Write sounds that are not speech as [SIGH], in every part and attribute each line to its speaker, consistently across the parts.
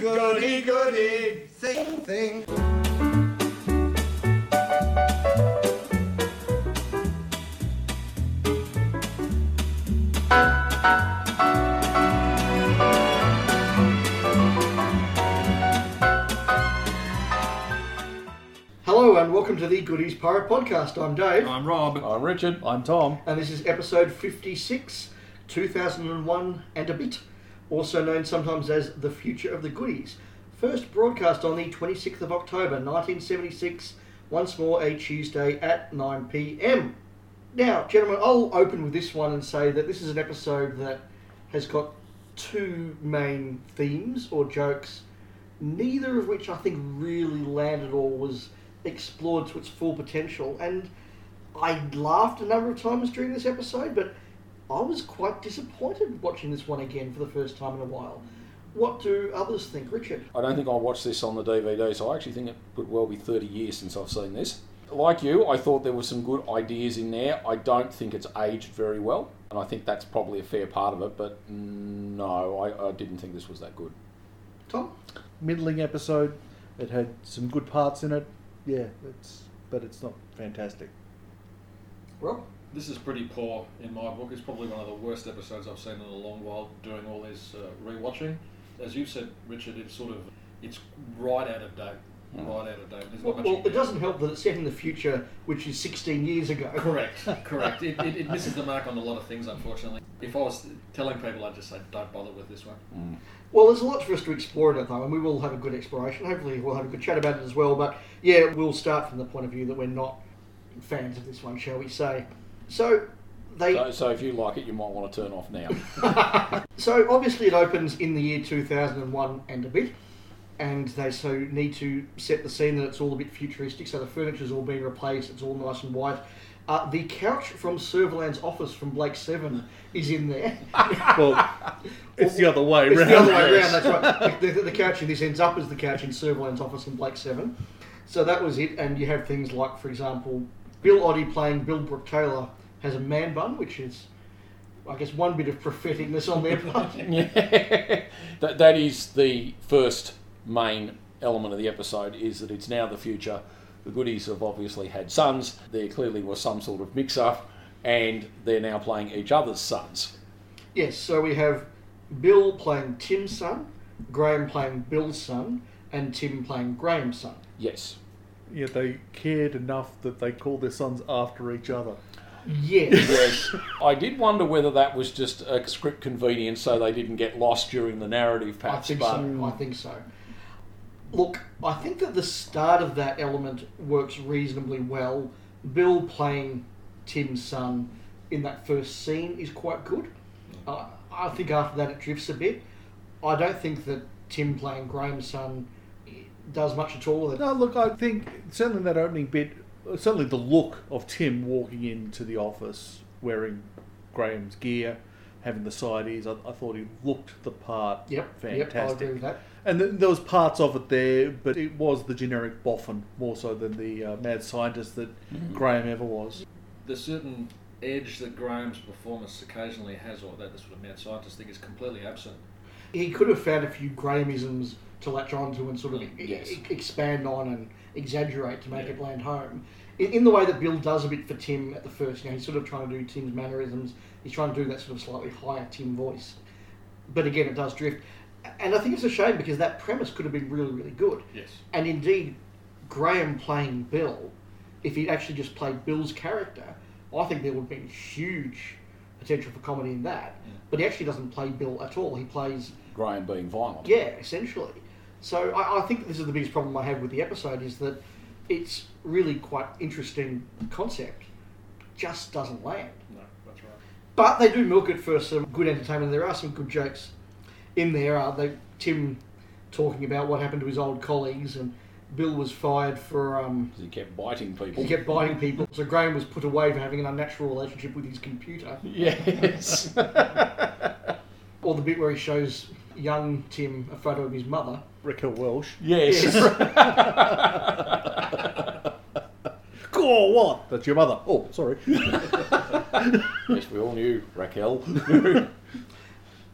Speaker 1: goody, goody, sing, sing.
Speaker 2: Hello and welcome to the Goodies Pirate Podcast. I'm Dave,
Speaker 3: I'm Rob.
Speaker 4: I'm Richard. I'm Tom.
Speaker 2: and this is episode 56, 2001 and a bit, also known sometimes as The Future of the Goodies. First broadcast on the 26th of October 1976, once more a Tuesday at 9 pm. Now, gentlemen, I'll open with this one and say that this is an episode that has got two main themes or jokes, neither of which I think really landed or was explored to its full potential. And I laughed a number of times during this episode, but I was quite disappointed watching this one again for the first time in a while. What do others think, Richard?
Speaker 4: I don't think I watched this on the DVD, so I actually think it would well be 30 years since I've seen this. Like you, I thought there were some good ideas in there. I don't think it's aged very well, and I think that's probably a fair part of it, but mm, no, I, I didn't think this was that good.
Speaker 2: Tom?
Speaker 5: middling episode. It had some good parts in it. Yeah, it's but it's not fantastic.
Speaker 2: Rob?
Speaker 3: This is pretty poor in my book. It's probably one of the worst episodes I've seen in a long while doing all this uh, rewatching. As you said, Richard, it's sort of it's right out of date. Right out of date. There's not
Speaker 2: Well,
Speaker 3: much
Speaker 2: well,
Speaker 3: in
Speaker 2: it
Speaker 3: there.
Speaker 2: doesn't help that it's set in the future, which is 16 years ago.
Speaker 3: Correct, correct. It, it, it misses the mark on a lot of things, unfortunately. If I was telling people, I'd just say, don't bother with this one.
Speaker 2: Well, there's a lot for us to explore in it, though, and we will have a good exploration. Hopefully, we'll have a good chat about it as well. But yeah, we'll start from the point of view that we're not fans of this one, shall we say. So, they.
Speaker 4: So, so if you like it, you might want to turn off now.
Speaker 2: So obviously it opens in the year 2001 and a bit, and they so need to set the scene that it's all a bit futuristic. So the furniture's all being replaced. It's all nice and white. Uh, the couch from Serverland's office from Blake Seven is in there.
Speaker 5: [LAUGHS] Well, it's the other way
Speaker 2: It's
Speaker 5: round.
Speaker 2: the other way around. That's right. The, the, the couch in this ends up as the couch in Serverland's office in Blake Seven. So that was it. And you have things like, for example, Bill Oddie playing Bill Brook Taylor has a man bun, which is, I guess, one bit of propheticness on their part.
Speaker 4: Yeah. [LAUGHS] that, that is the first main element of the episode is that it's now the future. The goodies have obviously had sons. There clearly was some sort of mix-up, and they're now playing each other's sons.
Speaker 2: Yes, so we have Bill playing Tim's son, Graham playing Bill's son, and Tim playing Graham's son.
Speaker 4: Yes. [LAUGHS]
Speaker 5: Yeah, they cared enough that they called their sons after each other.
Speaker 2: Yes.
Speaker 4: Yes. I did wonder whether that was just a script convenience so they didn't get lost during the narrative,
Speaker 2: I
Speaker 4: perhaps.
Speaker 2: think
Speaker 4: but
Speaker 2: so. I think so. Look, I think that the start of that element works reasonably well. Bill playing Tim's son in that first scene is quite good. Uh, I think after that it drifts a bit. I don't think that Tim playing Graham's son does much at all.
Speaker 5: No, look, I think certainly that opening bit, certainly the look of Tim walking into the office wearing Graham's gear, having the side ears, I, I thought he looked the part.
Speaker 2: Yep,
Speaker 5: fantastic.
Speaker 2: yep, I agree with that.
Speaker 5: And th- there was parts of it there, but it was the generic boffin more so than the uh, mad scientist that Graham ever was.
Speaker 3: There's certain edge that Graham's performance occasionally has, or that the sort of mad scientist thing is completely absent.
Speaker 2: he could have found a few Grahamisms to latch onto and sort of e-
Speaker 4: Yes.
Speaker 2: e- expand on and exaggerate to make
Speaker 3: Mm, Yeah.
Speaker 2: it land home. In, in the way that Bill does a bit for Tim at the first, you know, he's sort of trying to do Tim's mannerisms. He's trying to do that sort of slightly higher Tim voice. But again, it does drift. And I think it's a shame because that premise could have been really, really good.
Speaker 3: Yes.
Speaker 2: And indeed, Graham playing Bill, if he'd actually just played Bill's character, I think there would have been huge potential for comedy in that. But he actually doesn't play Bill at all. He plays
Speaker 4: Graham being violent.
Speaker 2: yeah, essentially. So I, I think this is the biggest problem I have with the episode is that it's really quite interesting concept, just doesn't land.
Speaker 3: No, that's right.
Speaker 2: But they do milk it for some good entertainment. There are some good jokes in there. Are they Tim talking about what happened to his old colleagues and Bill was fired for um,
Speaker 4: 'Cause He kept biting people.
Speaker 2: he kept biting people. So Graham was put away for having an unnatural relationship with his computer.
Speaker 4: [LAUGHS] Yes.
Speaker 2: Or the bit where he shows young Tim a photo of his mother.
Speaker 5: Raquel Welsh.
Speaker 4: yes. [LAUGHS]
Speaker 5: Go on, what? That's your mother. Oh, [LAUGHS] sorry.
Speaker 2: [LAUGHS]
Speaker 4: yes, we all knew Raquel.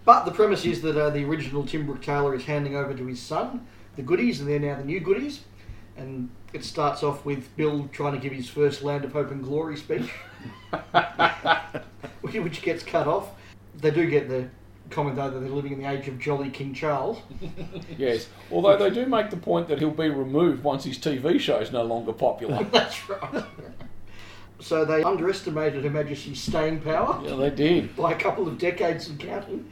Speaker 2: But the premise is that uh, the original Tim Brooke Taylor is handing over to his son the goodies, and they're now the new goodies. And it starts off with Bill trying to give his first Land of Hope and
Speaker 4: [LAUGHS]
Speaker 2: Glory speech, [LAUGHS] which- which gets cut off. They do get the comment, though, that they're living in the age of jolly King
Speaker 4: [LAUGHS]
Speaker 2: Charles.
Speaker 4: Yes. Although they do make the point that he'll be removed once his TV show is no longer popular.
Speaker 2: That's right. so they underestimated Her Majesty's staying power
Speaker 4: yeah, they did.
Speaker 2: by a couple of decades
Speaker 4: [LAUGHS]
Speaker 2: and counting.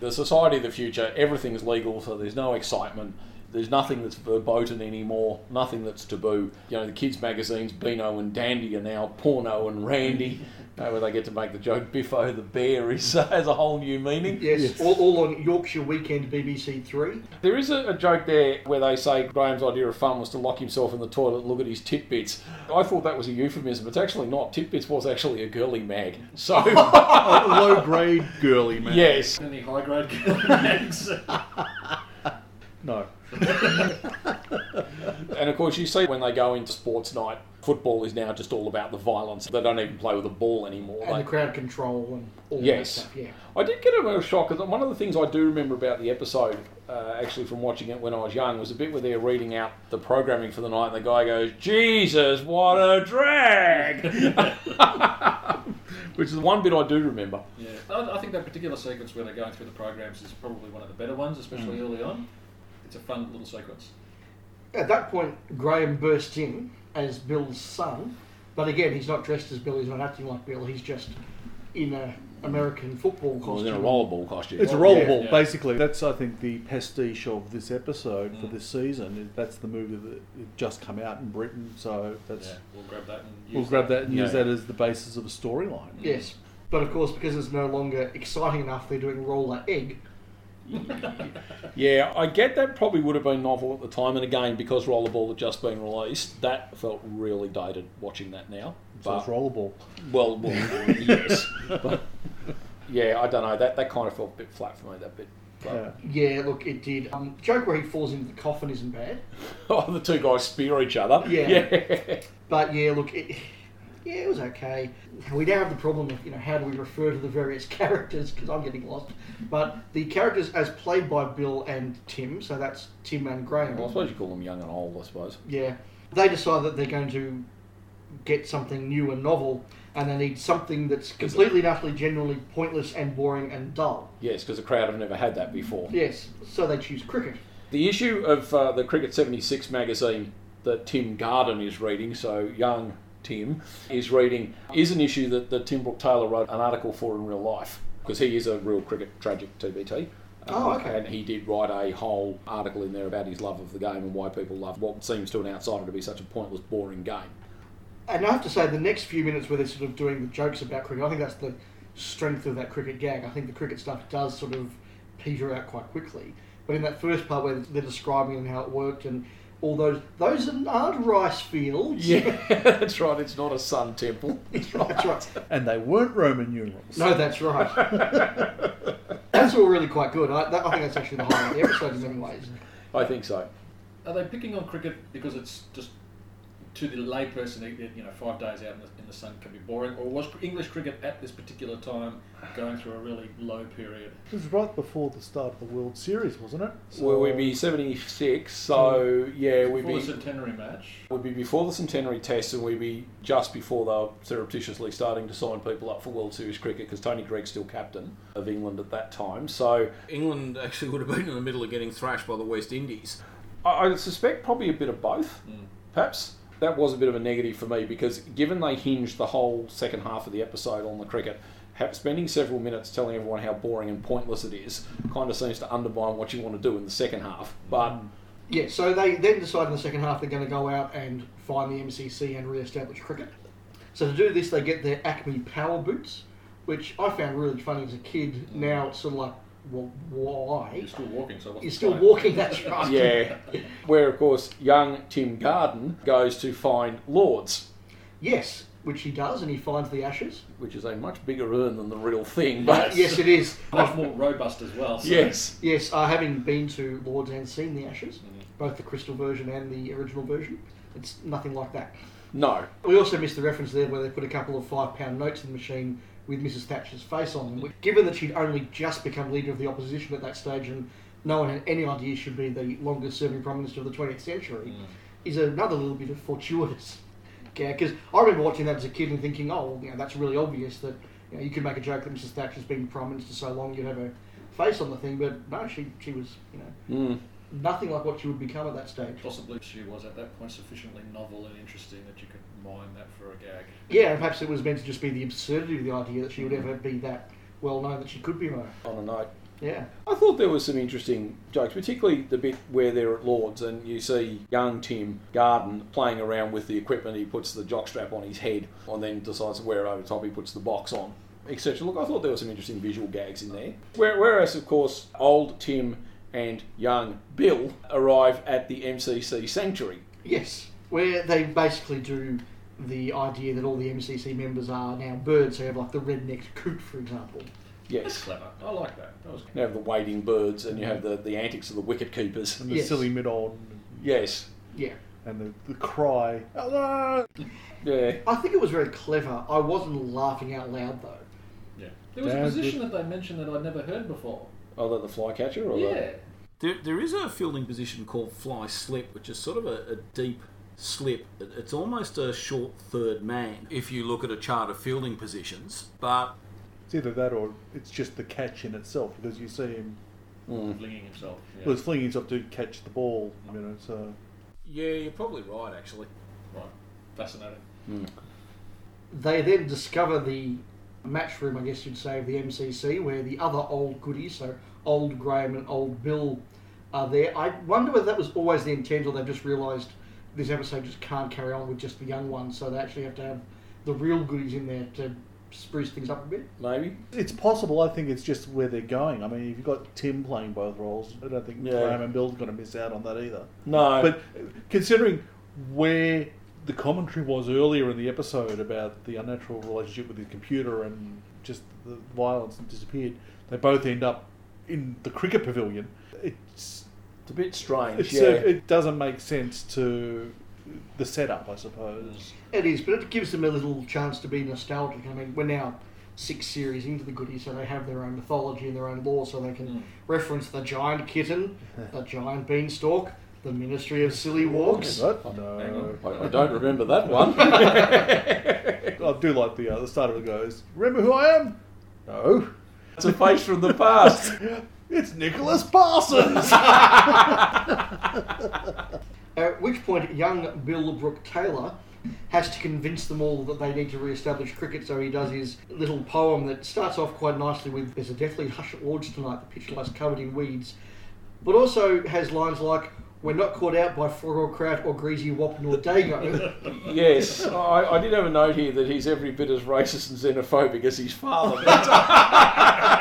Speaker 4: The society of the future, everything's legal, so there's no excitement. There's nothing that's verboten anymore, nothing that's taboo. You know, the kids' magazines, Beano and Dandy, are now Porno and Randy, you know, where they get to make the joke Biffo the Bear is, [LAUGHS] has a whole new meaning.
Speaker 2: Yes, All, all on Yorkshire Weekend BBC Three.
Speaker 4: There is a, a joke there where they say Graham's idea of fun was to lock himself in the toilet and look at his titbits. I thought that was a euphemism. It's actually not. Titbits was actually a girly mag. So, [LAUGHS]
Speaker 5: A low grade girly man.
Speaker 4: yes.
Speaker 3: Any high grade gigs?
Speaker 5: No.
Speaker 4: And of course, you see when they go into sports night, football is now just all about the violence. They don't even play with a ball anymore.
Speaker 2: and
Speaker 4: They-
Speaker 2: the crowd control and all
Speaker 4: Yes.
Speaker 2: that stuff. Yeah,
Speaker 4: I did get a real shock. 'cause One of the things I do remember about the episode, uh, actually from watching it when I was young, was a bit where they're reading out the programming for the night, and the guy goes, "Jesus, what a drag!" [LAUGHS] Which is the one bit I do remember.
Speaker 3: Yeah, I, I think that particular sequence where they're going through the programs is probably one of the better ones, especially early on. It's a fun little sequence.
Speaker 2: At that point, Graham bursts in as Bill's son, but again, he's not dressed as Bill. He's not acting like Bill. He's just in a American football
Speaker 4: Well, in a
Speaker 2: costume.
Speaker 4: rollerball costume.
Speaker 5: It's a
Speaker 2: Well,
Speaker 5: roll
Speaker 2: yeah,
Speaker 5: ball,
Speaker 3: yeah.
Speaker 5: basically. That's, I think, the pastiche of this episode for this season. That's the movie that had just come out in Britain, so that's
Speaker 3: Yeah, we'll grab that and use
Speaker 5: we'll grab that and use
Speaker 4: Yeah.
Speaker 5: that as the basis of a storyline.
Speaker 2: Yes, but of course, because it's no longer exciting enough, they're doing roller egg.
Speaker 4: Yeah, I get that probably would have been novel at the time, and again because rollerball had just been released, that felt really dated watching that now.
Speaker 5: So it's
Speaker 4: But
Speaker 5: rollerball.
Speaker 4: well, [LAUGHS] well yes, but yeah, I don't know. That that kind of felt a bit flat for me. That bit. But-
Speaker 5: Yeah.
Speaker 2: Yeah, look, it did. Um, joke where he falls into the coffin isn't bad,
Speaker 4: Oh, [LAUGHS] the two guys spear each other.
Speaker 2: Yeah.
Speaker 4: Yeah.
Speaker 2: but yeah, look, it. Yeah, it was okay. We now have the problem of, you know, how do we refer to the various [LAUGHS] characters? Because I'm getting lost. But the characters as played by Bill and Tim, so that's Tim and Graham.
Speaker 4: Well, I suppose you call them young and old. I suppose.
Speaker 2: Yeah. They decide that they're going to get something new and novel, and they need something that's completely and utterly generally pointless and boring and dull.
Speaker 4: Yes, because the crowd have never had that before.
Speaker 2: Yes, so they choose cricket.
Speaker 4: The issue of uh, the Cricket 76 magazine that Tim Garden is reading, so young Tim is reading, is an issue that, that Tim Brooke Taylor wrote an article for in real life because he is a real cricket tragic TBT.
Speaker 2: Oh, okay.
Speaker 4: Um, And he did write a whole article in there about his love of the game and why people love what seems to an outsider to be such a pointless, boring game.
Speaker 2: And I have to say, the next few minutes where they're sort of doing the jokes about cricket, I think that's the strength of that cricket gag. I think the cricket stuff does sort of peter out quite quickly. But in that first part where they're describing and how it worked and all those, those aren't rice fields.
Speaker 4: Yeah, [LAUGHS] that's right. It's not a sun temple.
Speaker 2: [LAUGHS] That's right.
Speaker 5: And they weren't Roman numerals.
Speaker 2: No, that's right. [LAUGHS] that's all really quite good. I, that, I think that's actually the highlight of the episode in many ways.
Speaker 4: [LAUGHS] I think so.
Speaker 3: Are they picking on cricket because it's just to the layperson, it- it, you know, five days out in the, in the sun can be boring, or was English cricket at this particular time going through a really low period?
Speaker 5: It was right before the start of the World Series, wasn't it?
Speaker 4: Well, we'd be 76, so yeah, we'd
Speaker 3: Before
Speaker 4: be,
Speaker 3: the centenary match,
Speaker 4: we'd be before the centenary test and we'd be just before they were surreptitiously starting to sign people up for World Series cricket because Tony Gregg's still captain of England at that time. So England actually would have been in the middle of getting thrashed by the West Indies. Hmm. I, I suspect probably a bit of both, perhaps. That was a bit of a negative for me because given they hinged the whole second half of the episode on the cricket, ha- spending several minutes telling everyone how boring and pointless it is kind of seems to undermine what you want to do in the second half. But
Speaker 2: Yeah, so they then decide in the second half they're going to go out and find the MCC and re-establish cricket. So to do this, they get their Acme Power Boots, which I found really funny as a kid. Now it's sort of like, well, why?
Speaker 3: you're still walking, so what's
Speaker 2: You're
Speaker 3: the
Speaker 2: still
Speaker 3: point?
Speaker 2: walking, that's right.
Speaker 4: Yeah. [LAUGHS] Where, of course, young Tim Garden goes to find Lords,
Speaker 2: Yes, which he does, and he finds the ashes.
Speaker 4: which is a much bigger urn than the real thing, but
Speaker 2: Yes, it [LAUGHS] is.
Speaker 3: Much more robust as well.
Speaker 4: [LAUGHS]
Speaker 3: So.
Speaker 4: yes.
Speaker 2: Yes, uh, having been to Lords and seen the ashes, both the crystal version and the original version, it's nothing like that.
Speaker 4: No.
Speaker 2: We also missed the reference there where they put a couple of five pound notes in the machine with Mrs. Thatcher's face on them. which- Given that she'd only just become leader of the opposition at that stage and no one had any idea she'd be the longest serving Prime Minister of the 20th century, is another little bit of fortuitous. Because I remember watching that as a kid and thinking, oh, well, you know, that's really obvious that you, know, you could make a joke that Mrs. Thatcher's been Prime Minister so long you'd have her face on the thing, but no, she, she was, you know,
Speaker 4: Mm.
Speaker 2: nothing like what she would become at that stage.
Speaker 3: Possibly she was at that point sufficiently novel and interesting that you could mine that for a gag.
Speaker 2: Yeah, and perhaps it was meant to just be the absurdity of the idea that she would ever be that well known that she could be known.
Speaker 4: On a note,
Speaker 2: Yeah.
Speaker 4: I thought there was some interesting jokes, particularly the bit where they're at Lords and you see young Tim Garden playing around with the equipment. He puts the jockstrap on his head and then decides to wear it over top. He puts the box on, etc. Look, I thought there were some interesting visual gags in there. Where- Whereas, of course, old Tim and young Bill arrive at the MCC sanctuary.
Speaker 2: Yes. Where they basically do the idea that all the MCC members are now birds, so you have like the red-necked coot, for example.
Speaker 3: That's
Speaker 4: Yes.
Speaker 3: clever. I like that. That was
Speaker 4: You have the wading birds and you have the, the antics of the wicket keepers. [LAUGHS]
Speaker 5: and the
Speaker 2: Yes.
Speaker 5: silly mid on
Speaker 4: Yes.
Speaker 2: Yeah.
Speaker 5: and the, the cry. "Hello!"
Speaker 4: Yeah.
Speaker 2: I think it was very clever. I wasn't laughing out loud, though.
Speaker 3: yeah. There was a
Speaker 5: Damn
Speaker 3: position that they mentioned that I'd never heard before.
Speaker 4: Either the flycatcher
Speaker 6: Oh,
Speaker 4: or the.
Speaker 3: Yeah.
Speaker 6: There, there is a fielding position called fly slip, which is sort of a, a deep slip. It- It's almost a short third man if you look at a chart of fielding positions. But
Speaker 5: It's either that or it's just the catch in itself because you see him
Speaker 6: Hmm.
Speaker 3: Flinging himself. Yeah.
Speaker 5: well, he's flinging himself to catch the ball. You know, so
Speaker 6: yeah, you're probably right, actually.
Speaker 3: Right. Fascinating.
Speaker 2: They then discover the match room, I guess you'd say, of the MCC, where the other old goodies, so old Graham and old Bill, are there. I wonder whether that was always the intent, or they've just realised this episode just can't carry on with just the young ones, so they actually have to have the real goodies in there to spruce things up a bit.
Speaker 4: Maybe.
Speaker 5: it's possible. I think it's just where they're going. I mean, if you've got Tim playing both roles, I don't think
Speaker 4: Yeah.
Speaker 5: Graham and Bill's going to miss out on that either.
Speaker 4: No.
Speaker 5: But considering where the commentary was earlier in the episode about the unnatural relationship with his computer and just the violence that disappeared, they both end up in the cricket pavilion. It's,
Speaker 4: it's a bit strange.
Speaker 5: it's uh,
Speaker 4: yeah.
Speaker 5: it doesn't make sense to the setup, I suppose.
Speaker 2: It is, but it gives them a little chance to be nostalgic. I mean, we're now six series into the goodies, so they have their own mythology and their own lore, so they can reference the giant kitten, the giant beanstalk, the ministry of silly walks.
Speaker 5: What?
Speaker 3: Hang
Speaker 5: No.
Speaker 3: on.
Speaker 6: Uh,
Speaker 4: I, I don't remember
Speaker 5: [LAUGHS]
Speaker 4: that
Speaker 3: [LAUGHS]
Speaker 4: one.
Speaker 5: I do like the, uh, the start of it goes, Remember who I am? No.
Speaker 4: it's a face from the past.
Speaker 5: [LAUGHS]
Speaker 4: [LAUGHS]
Speaker 5: It's Nicholas Parsons! [LAUGHS]
Speaker 2: At which point, young Bill Brook Taylor has to convince them all that they need to re-establish cricket, so he does his little poem that starts off quite nicely with "There's a deathly hush at Lords tonight, the pitch lies covered in weeds," but also has lines like "We're not caught out by frog or crowd or greasy wop nor dago."
Speaker 4: yes, I, I did have a note here that he's every bit as racist and xenophobic as his father. but-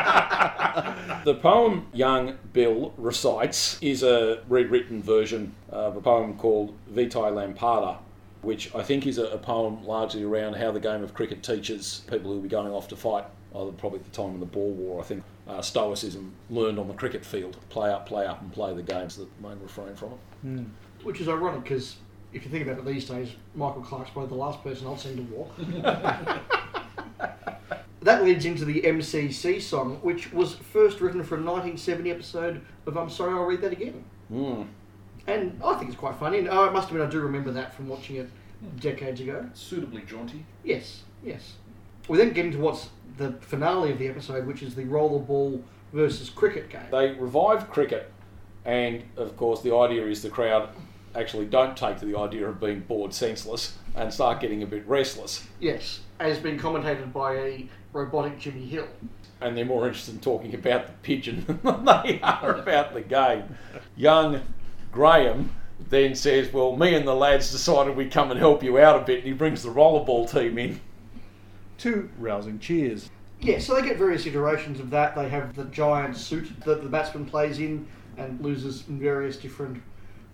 Speaker 4: the poem Young Bill recites is a rewritten version of a poem called Vitae Lampada. Which I think is a, a poem largely around how the game of cricket teaches people who will be going off to fight, either probably at the time of the Boer War, I think, uh, Stoicism learned on the cricket field play up, play up, and play the games, the main refrain from it.
Speaker 2: Which is ironic because if you think about it these days, Michael Clark's probably the last person I've seen to walk. that leads into the MCC song, which was first written for a 1970 episode of I'm Sorry, I'll Read That Again. And I think it's quite funny. And, oh, it must have been, I do remember that from watching it decades ago.
Speaker 3: Suitably jaunty.
Speaker 2: Yes, yes. We then get into what's the finale of the episode, which is the rollerball versus cricket game.
Speaker 4: They revive cricket, and of course, the idea is the crowd actually don't take to the idea of being bored senseless and start getting a bit restless.
Speaker 2: Yes, as been commentated by a robotic Jimmy Hill.
Speaker 4: And they're more interested in talking about the pigeon than they are about the game. Young Graham then says, Well, me and the lads decided we'd come and help you out a bit, and he brings the rollerball team in.
Speaker 5: Two rousing cheers.
Speaker 2: Yeah, so they get various iterations of that. They have the giant suit that the batsman plays in and loses in various different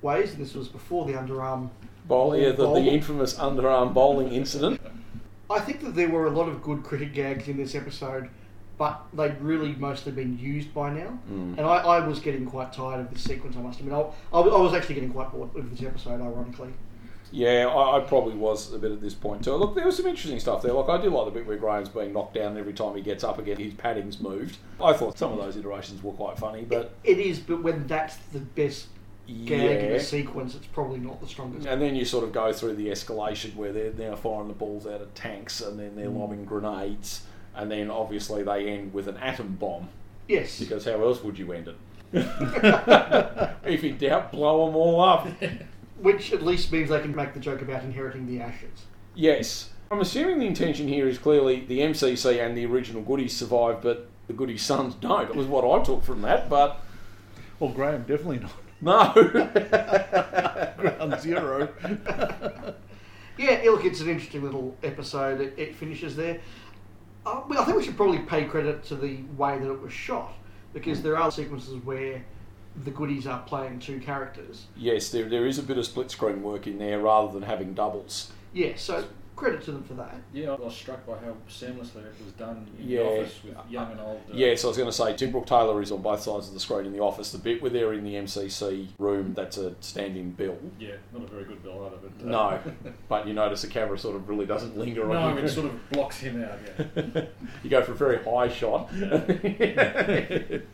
Speaker 2: ways. And this was before the underarm.
Speaker 4: Bowl, yeah, the,
Speaker 2: Bowl.
Speaker 4: the infamous underarm bowling incident.
Speaker 2: I think that there were a lot of good cricket gags in this episode, but they'd really mostly been used by now.
Speaker 4: Hmm.
Speaker 2: And I, I was getting quite tired of this sequence, I must admit. I, I, I was actually getting quite bored of this episode, ironically.
Speaker 6: Yeah, I, I probably was a bit at this point too. Look, there was some interesting stuff there. Like I do like the bit where Graham's being knocked down, and every time he gets up again, his padding's moved. I thought some of those iterations were quite funny, but
Speaker 2: It is, but when that's the best gag in
Speaker 6: Yeah.
Speaker 2: the sequence, it's probably not the strongest.
Speaker 6: And then you sort of go through the escalation where they're now firing the balls out of tanks and then
Speaker 3: Hmm.
Speaker 6: they're lobbing grenades. And then obviously they end with an atom bomb
Speaker 2: Yes.
Speaker 6: because how else would you end it? [LAUGHS] if in doubt, blow them all up.
Speaker 2: Which at least means they can make the joke about inheriting the ashes.
Speaker 6: Yes. I'm assuming the intention here is clearly the MCC and the original Goodies survive, but the Goodies' sons don't. It was what I took from that, but
Speaker 5: Well, Graham definitely not. [LAUGHS]
Speaker 6: no. [LAUGHS]
Speaker 5: Ground zero. [LAUGHS]
Speaker 2: Yeah, yeah, look, it's an interesting little episode. It, it finishes there. Uh, well, I think we should probably pay credit to the way that it was shot because there are sequences where the goodies are playing two characters.
Speaker 6: yes, there, there is a bit of split screen work in there rather than having doubles.
Speaker 2: Yeah, so credit to them for that.
Speaker 3: Yeah, I was struck by how seamlessly it was done in
Speaker 6: Yeah.
Speaker 3: the office with young and old. Uh,
Speaker 6: Yes, I was going to say Tim Brooke Taylor is on both sides of the screen in the office. The bit where they're in the MCC room, that's a standing bill.
Speaker 3: Yeah, not a very good bill either. But, uh, [LAUGHS]
Speaker 6: No, but you notice the camera sort of really doesn't linger on
Speaker 3: No,
Speaker 6: him.
Speaker 3: it sort of blocks him out. Yeah.
Speaker 6: [LAUGHS] You go for a very high shot. [LAUGHS]
Speaker 3: [LAUGHS]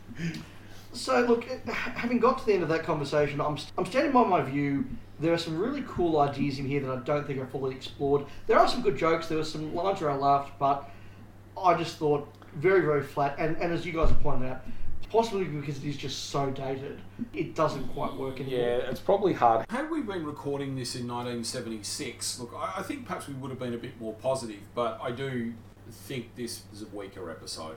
Speaker 2: So, look, h- having got to the end of that conversation, I'm, st- I'm standing by my view. There are some really cool ideas in here that I don't think are fully explored. There are some good jokes, there were some lines where I laughed, but I just thought very, very flat. And, and as you guys have pointed out, possibly because it is just so dated, it doesn't quite work anymore.
Speaker 6: yeah, it's probably hard.
Speaker 4: Had we been recording this in 1976, look, I, I think perhaps we would have been a bit more positive, but I do think this is a weaker episode.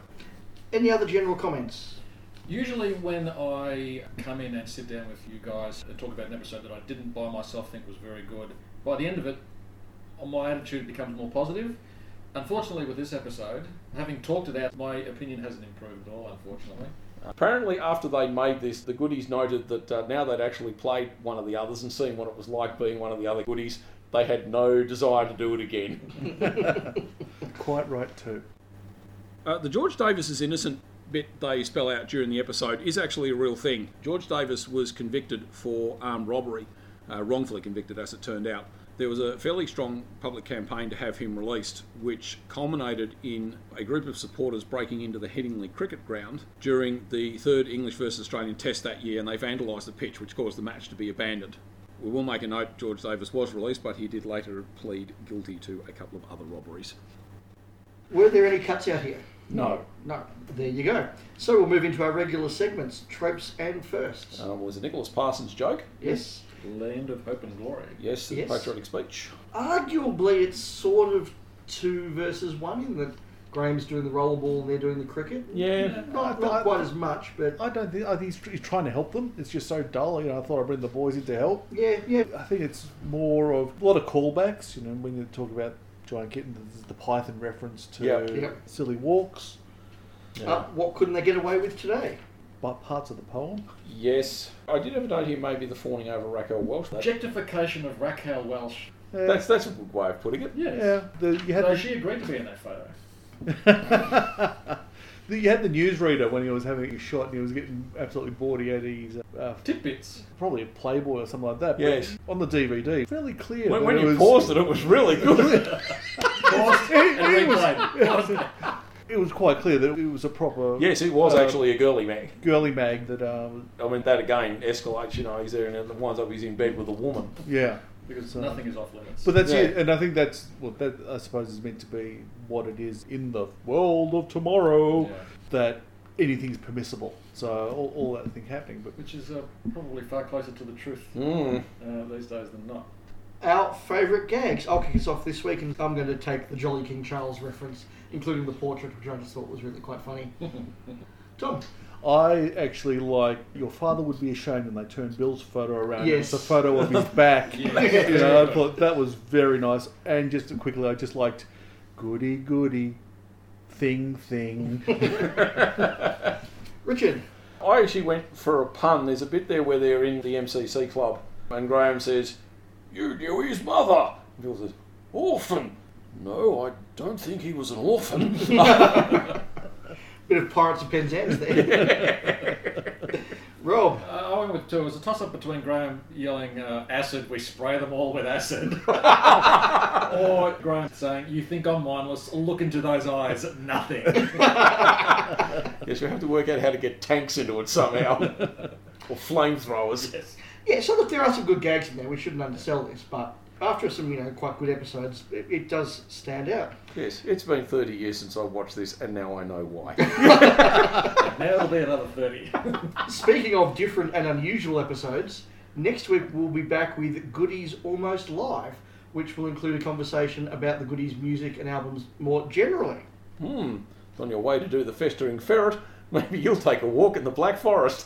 Speaker 2: Any other general comments?
Speaker 3: Usually, when I come in and sit down with you guys and talk about an episode that I didn't by myself think was very good, by the end of it, my attitude becomes more positive. Unfortunately, with this episode, having talked it out, my opinion hasn't improved at all, unfortunately.
Speaker 6: Apparently, after they made this, the goodies noted that uh, now they'd actually played one of the others and seen what it was like being one of the other goodies, they had no desire to do it again.
Speaker 5: Quite right, too.
Speaker 6: Uh, the George Davis is innocent bit they spell out during the episode is actually a real thing. George Davis was convicted for armed robbery, uh, wrongfully convicted as it turned out. There was a fairly strong public campaign to have him released, which culminated in a group of supporters breaking into the Headingley cricket ground during the third English versus Australian test that year, and they vandalised the pitch, which caused the match to be abandoned. We will make a note George Davis was released, but he did later plead guilty to a couple of other robberies.
Speaker 2: Were there any cuts out here?
Speaker 6: No.
Speaker 2: No. There you go. So we'll move into our regular segments tropes and firsts.
Speaker 6: Um, was it Nicholas Parsons' joke?
Speaker 2: yes.
Speaker 3: Land of Hope and Glory.
Speaker 6: Yes, the
Speaker 2: Yes.
Speaker 6: patriotic speech.
Speaker 2: arguably it's sort of two versus one in that Graham's doing the rollerball and they're doing the cricket.
Speaker 6: Yeah.
Speaker 2: Not, not quite as much, but
Speaker 5: I don't think I think he's, tr- he's trying to help them. It's just so dull. You know, I thought I'd bring the boys in to help.
Speaker 2: yeah, yeah.
Speaker 5: I think it's more of a lot of callbacks. You know, when you talk about Giant Kitten, there's the Python reference to
Speaker 6: Yep.
Speaker 2: Yep.
Speaker 5: silly walks, Ah.
Speaker 2: Uh, what couldn't they get away with today?
Speaker 5: but parts of the poem.
Speaker 6: Yes. I did have a note here, maybe the fawning over Raquel Welsh. That-
Speaker 3: Objectification of Raquel Welsh.
Speaker 5: Yeah,
Speaker 6: That's, that's a good way of putting it.
Speaker 3: Yes.
Speaker 5: yeah. The, you had
Speaker 3: So
Speaker 5: the
Speaker 3: she agreed to be in that photo.
Speaker 5: the, you had [LAUGHS] the newsreader when he was having his shot and he was getting absolutely bored. He had his uh, [LAUGHS]
Speaker 3: Tidbits.
Speaker 5: probably a Playboy or something like that. but
Speaker 6: Yes.
Speaker 5: on the DVD, fairly clear.
Speaker 6: When,
Speaker 5: that
Speaker 6: when
Speaker 5: it
Speaker 6: you
Speaker 5: was, [LAUGHS]
Speaker 6: paused it, it was really good.
Speaker 3: Paused
Speaker 5: It-
Speaker 3: and
Speaker 5: it was-
Speaker 3: replayed.
Speaker 5: [LAUGHS] it was quite clear that it was a proper
Speaker 6: yes, it was
Speaker 5: uh,
Speaker 6: actually a Oh. girly mag.
Speaker 5: girly mag that um,
Speaker 6: I mean, that again escalates, you know, he's there and it winds up he's in bed with a woman.
Speaker 5: yeah.
Speaker 3: [LAUGHS] Because nothing is off limits.
Speaker 5: But that's
Speaker 6: Yeah.
Speaker 5: it, and I think that's what that I suppose is meant to be what it is in the world of tomorrow
Speaker 3: Yeah.
Speaker 5: that anything's permissible. So all, all that thing happening, but
Speaker 3: Which is uh, probably far closer to the truth
Speaker 6: Mm.
Speaker 3: uh, these days than not.
Speaker 2: Our favourite gags. I'll kick us off this week, and I'm going to take the Jolly King Charles reference, including the portrait, which I just thought was really quite funny. Tom,
Speaker 5: I actually like your father would be ashamed when they turned Bill's photo around. and It's a
Speaker 2: Yes.
Speaker 5: photo of
Speaker 3: [LAUGHS]
Speaker 5: his back.
Speaker 3: Yeah.
Speaker 5: You know, I thought that was very nice. And just quickly, I just liked goody goody, thing
Speaker 3: [LAUGHS]
Speaker 5: thing.
Speaker 2: Richard,
Speaker 6: I actually went for a pun. There's a bit there where they're in the MCC club and Graham says, You knew his mother. And Bill says, Orphan. No, I don't think he was an orphan. [LAUGHS]
Speaker 2: bit of Pirates of Penzance there. Rob,
Speaker 3: Uh, I went went with two. It was a toss up between Graham yelling, uh, acid, we spray them all with [LAUGHS] acid. or Graham saying, you think I'm mindless, look into those eyes, nothing. [LAUGHS]
Speaker 6: Yes, we have to work out how to get tanks into it [LAUGHS] somehow, or flamethrowers.
Speaker 3: yes.
Speaker 2: Yeah, so look, there are some good gags in there. We shouldn't undersell this, but after some, you know, quite good episodes, it, it does stand out.
Speaker 6: Yes, it's been 30 years since I watched this, and now I know why. [LAUGHS]
Speaker 3: Now it'll be another 30.
Speaker 2: Speaking of different and unusual episodes, next week we'll be back with Goodies Almost Live, which will include a conversation about the Goodies music and albums more generally.
Speaker 6: Hmm. On your way to do the festering ferret, maybe you'll take a walk in the Black Forest.